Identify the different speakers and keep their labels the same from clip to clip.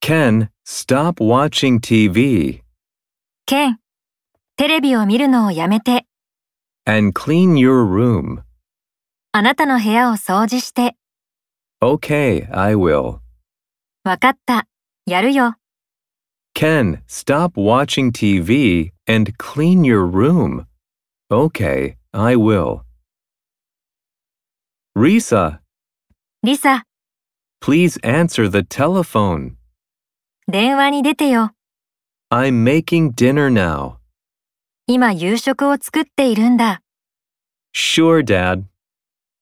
Speaker 1: Ken, stop watching TV
Speaker 2: ケン、テレビを見るのをやめて、
Speaker 1: and clean your room.
Speaker 2: あなたの部屋を掃除して、
Speaker 1: Okay, I will.
Speaker 2: わかった、やるよ。
Speaker 1: Ken, stop watching TV and clean your room. Okay, I will. Risa,
Speaker 2: リサ、
Speaker 1: please answer the telephone.
Speaker 2: 電話に出てよ。
Speaker 1: I'm making dinner now.
Speaker 2: 今夕食を作っているんだ。
Speaker 1: Sure, Dad.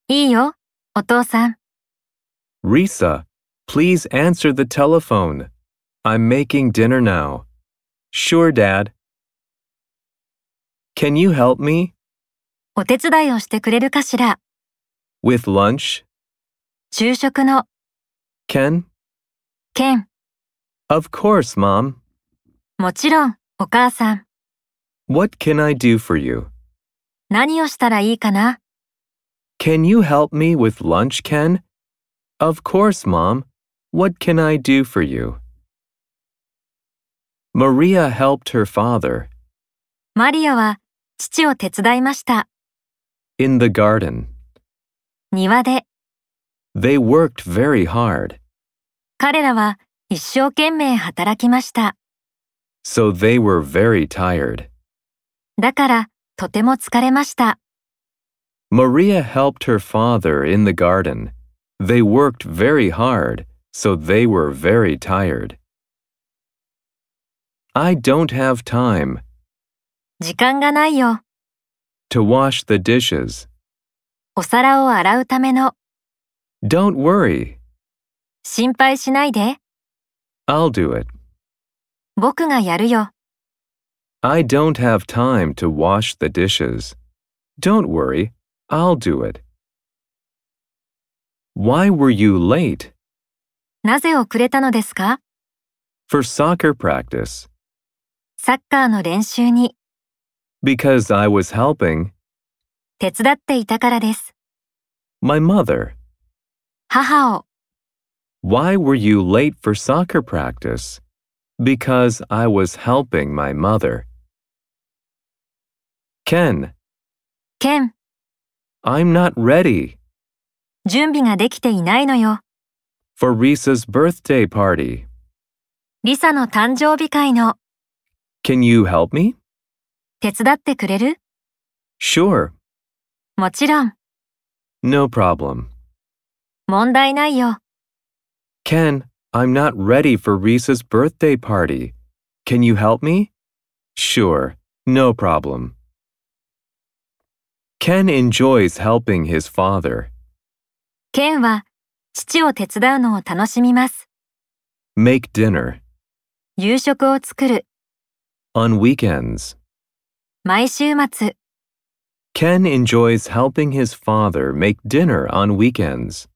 Speaker 2: いいよ、お父さん。
Speaker 1: Risa, please answer the telephone. I'm making dinner now. Sure, Dad. Can you help me
Speaker 2: お手伝いをしてくれるかしら。
Speaker 1: with lunch,
Speaker 2: 昼食の、
Speaker 1: Ken?
Speaker 2: ケン、
Speaker 1: Of course, Mom.
Speaker 2: もちろん、お母さん。
Speaker 1: What can I do for you?
Speaker 2: 何をしたらいいかな
Speaker 1: Can you help me with lunch, Ken? Of course, Mom. What can I do for you? Maria helped her father
Speaker 2: マリアは、父を手伝いました。
Speaker 1: in the garden.
Speaker 2: 庭で、
Speaker 1: They worked very hard,
Speaker 2: 彼らは、一生懸命働きました。
Speaker 1: so they were very tired.
Speaker 2: だから、とても疲れました。
Speaker 1: Maria helped her father in the garden. They worked very hard, so they were very tired. I don't have time
Speaker 2: 時間がないよ。
Speaker 1: to wash the dishes.
Speaker 2: お皿を洗うための、
Speaker 1: Don't worry,
Speaker 2: 心配しないで。
Speaker 1: I'll do it.
Speaker 2: 僕がやるよ。
Speaker 1: I don't have time to wash the dishes. Don't worry, I'll do it. Why were you late?
Speaker 2: なぜ遅れたのですか
Speaker 1: For soccer practice.
Speaker 2: サッカーの練習に、
Speaker 1: Because I was helping
Speaker 2: 手伝っていたからです。
Speaker 1: my mother.
Speaker 2: 母を、
Speaker 1: Why were you late for soccer practice? Because I was helping my mother. Ken,
Speaker 2: ケン、
Speaker 1: I'm not ready
Speaker 2: 準備ができていないのよ。
Speaker 1: for Risa's birthday party.
Speaker 2: リサの誕生日会の、
Speaker 1: Can you help me?
Speaker 2: 手伝ってくれる
Speaker 1: Sure,
Speaker 2: もちろん、
Speaker 1: no problem.
Speaker 2: 問題ないよ。
Speaker 1: Ken, I'm not ready for Risa's birthday party. Can you help me? Sure, no problem. Ken enjoys helping his father,
Speaker 2: ケンは、父を手伝うのを楽しみます。
Speaker 1: make dinner
Speaker 2: 夕食を作る、
Speaker 1: on weekends.
Speaker 2: 毎週末。
Speaker 1: Ken enjoys helping his father make dinner on weekends.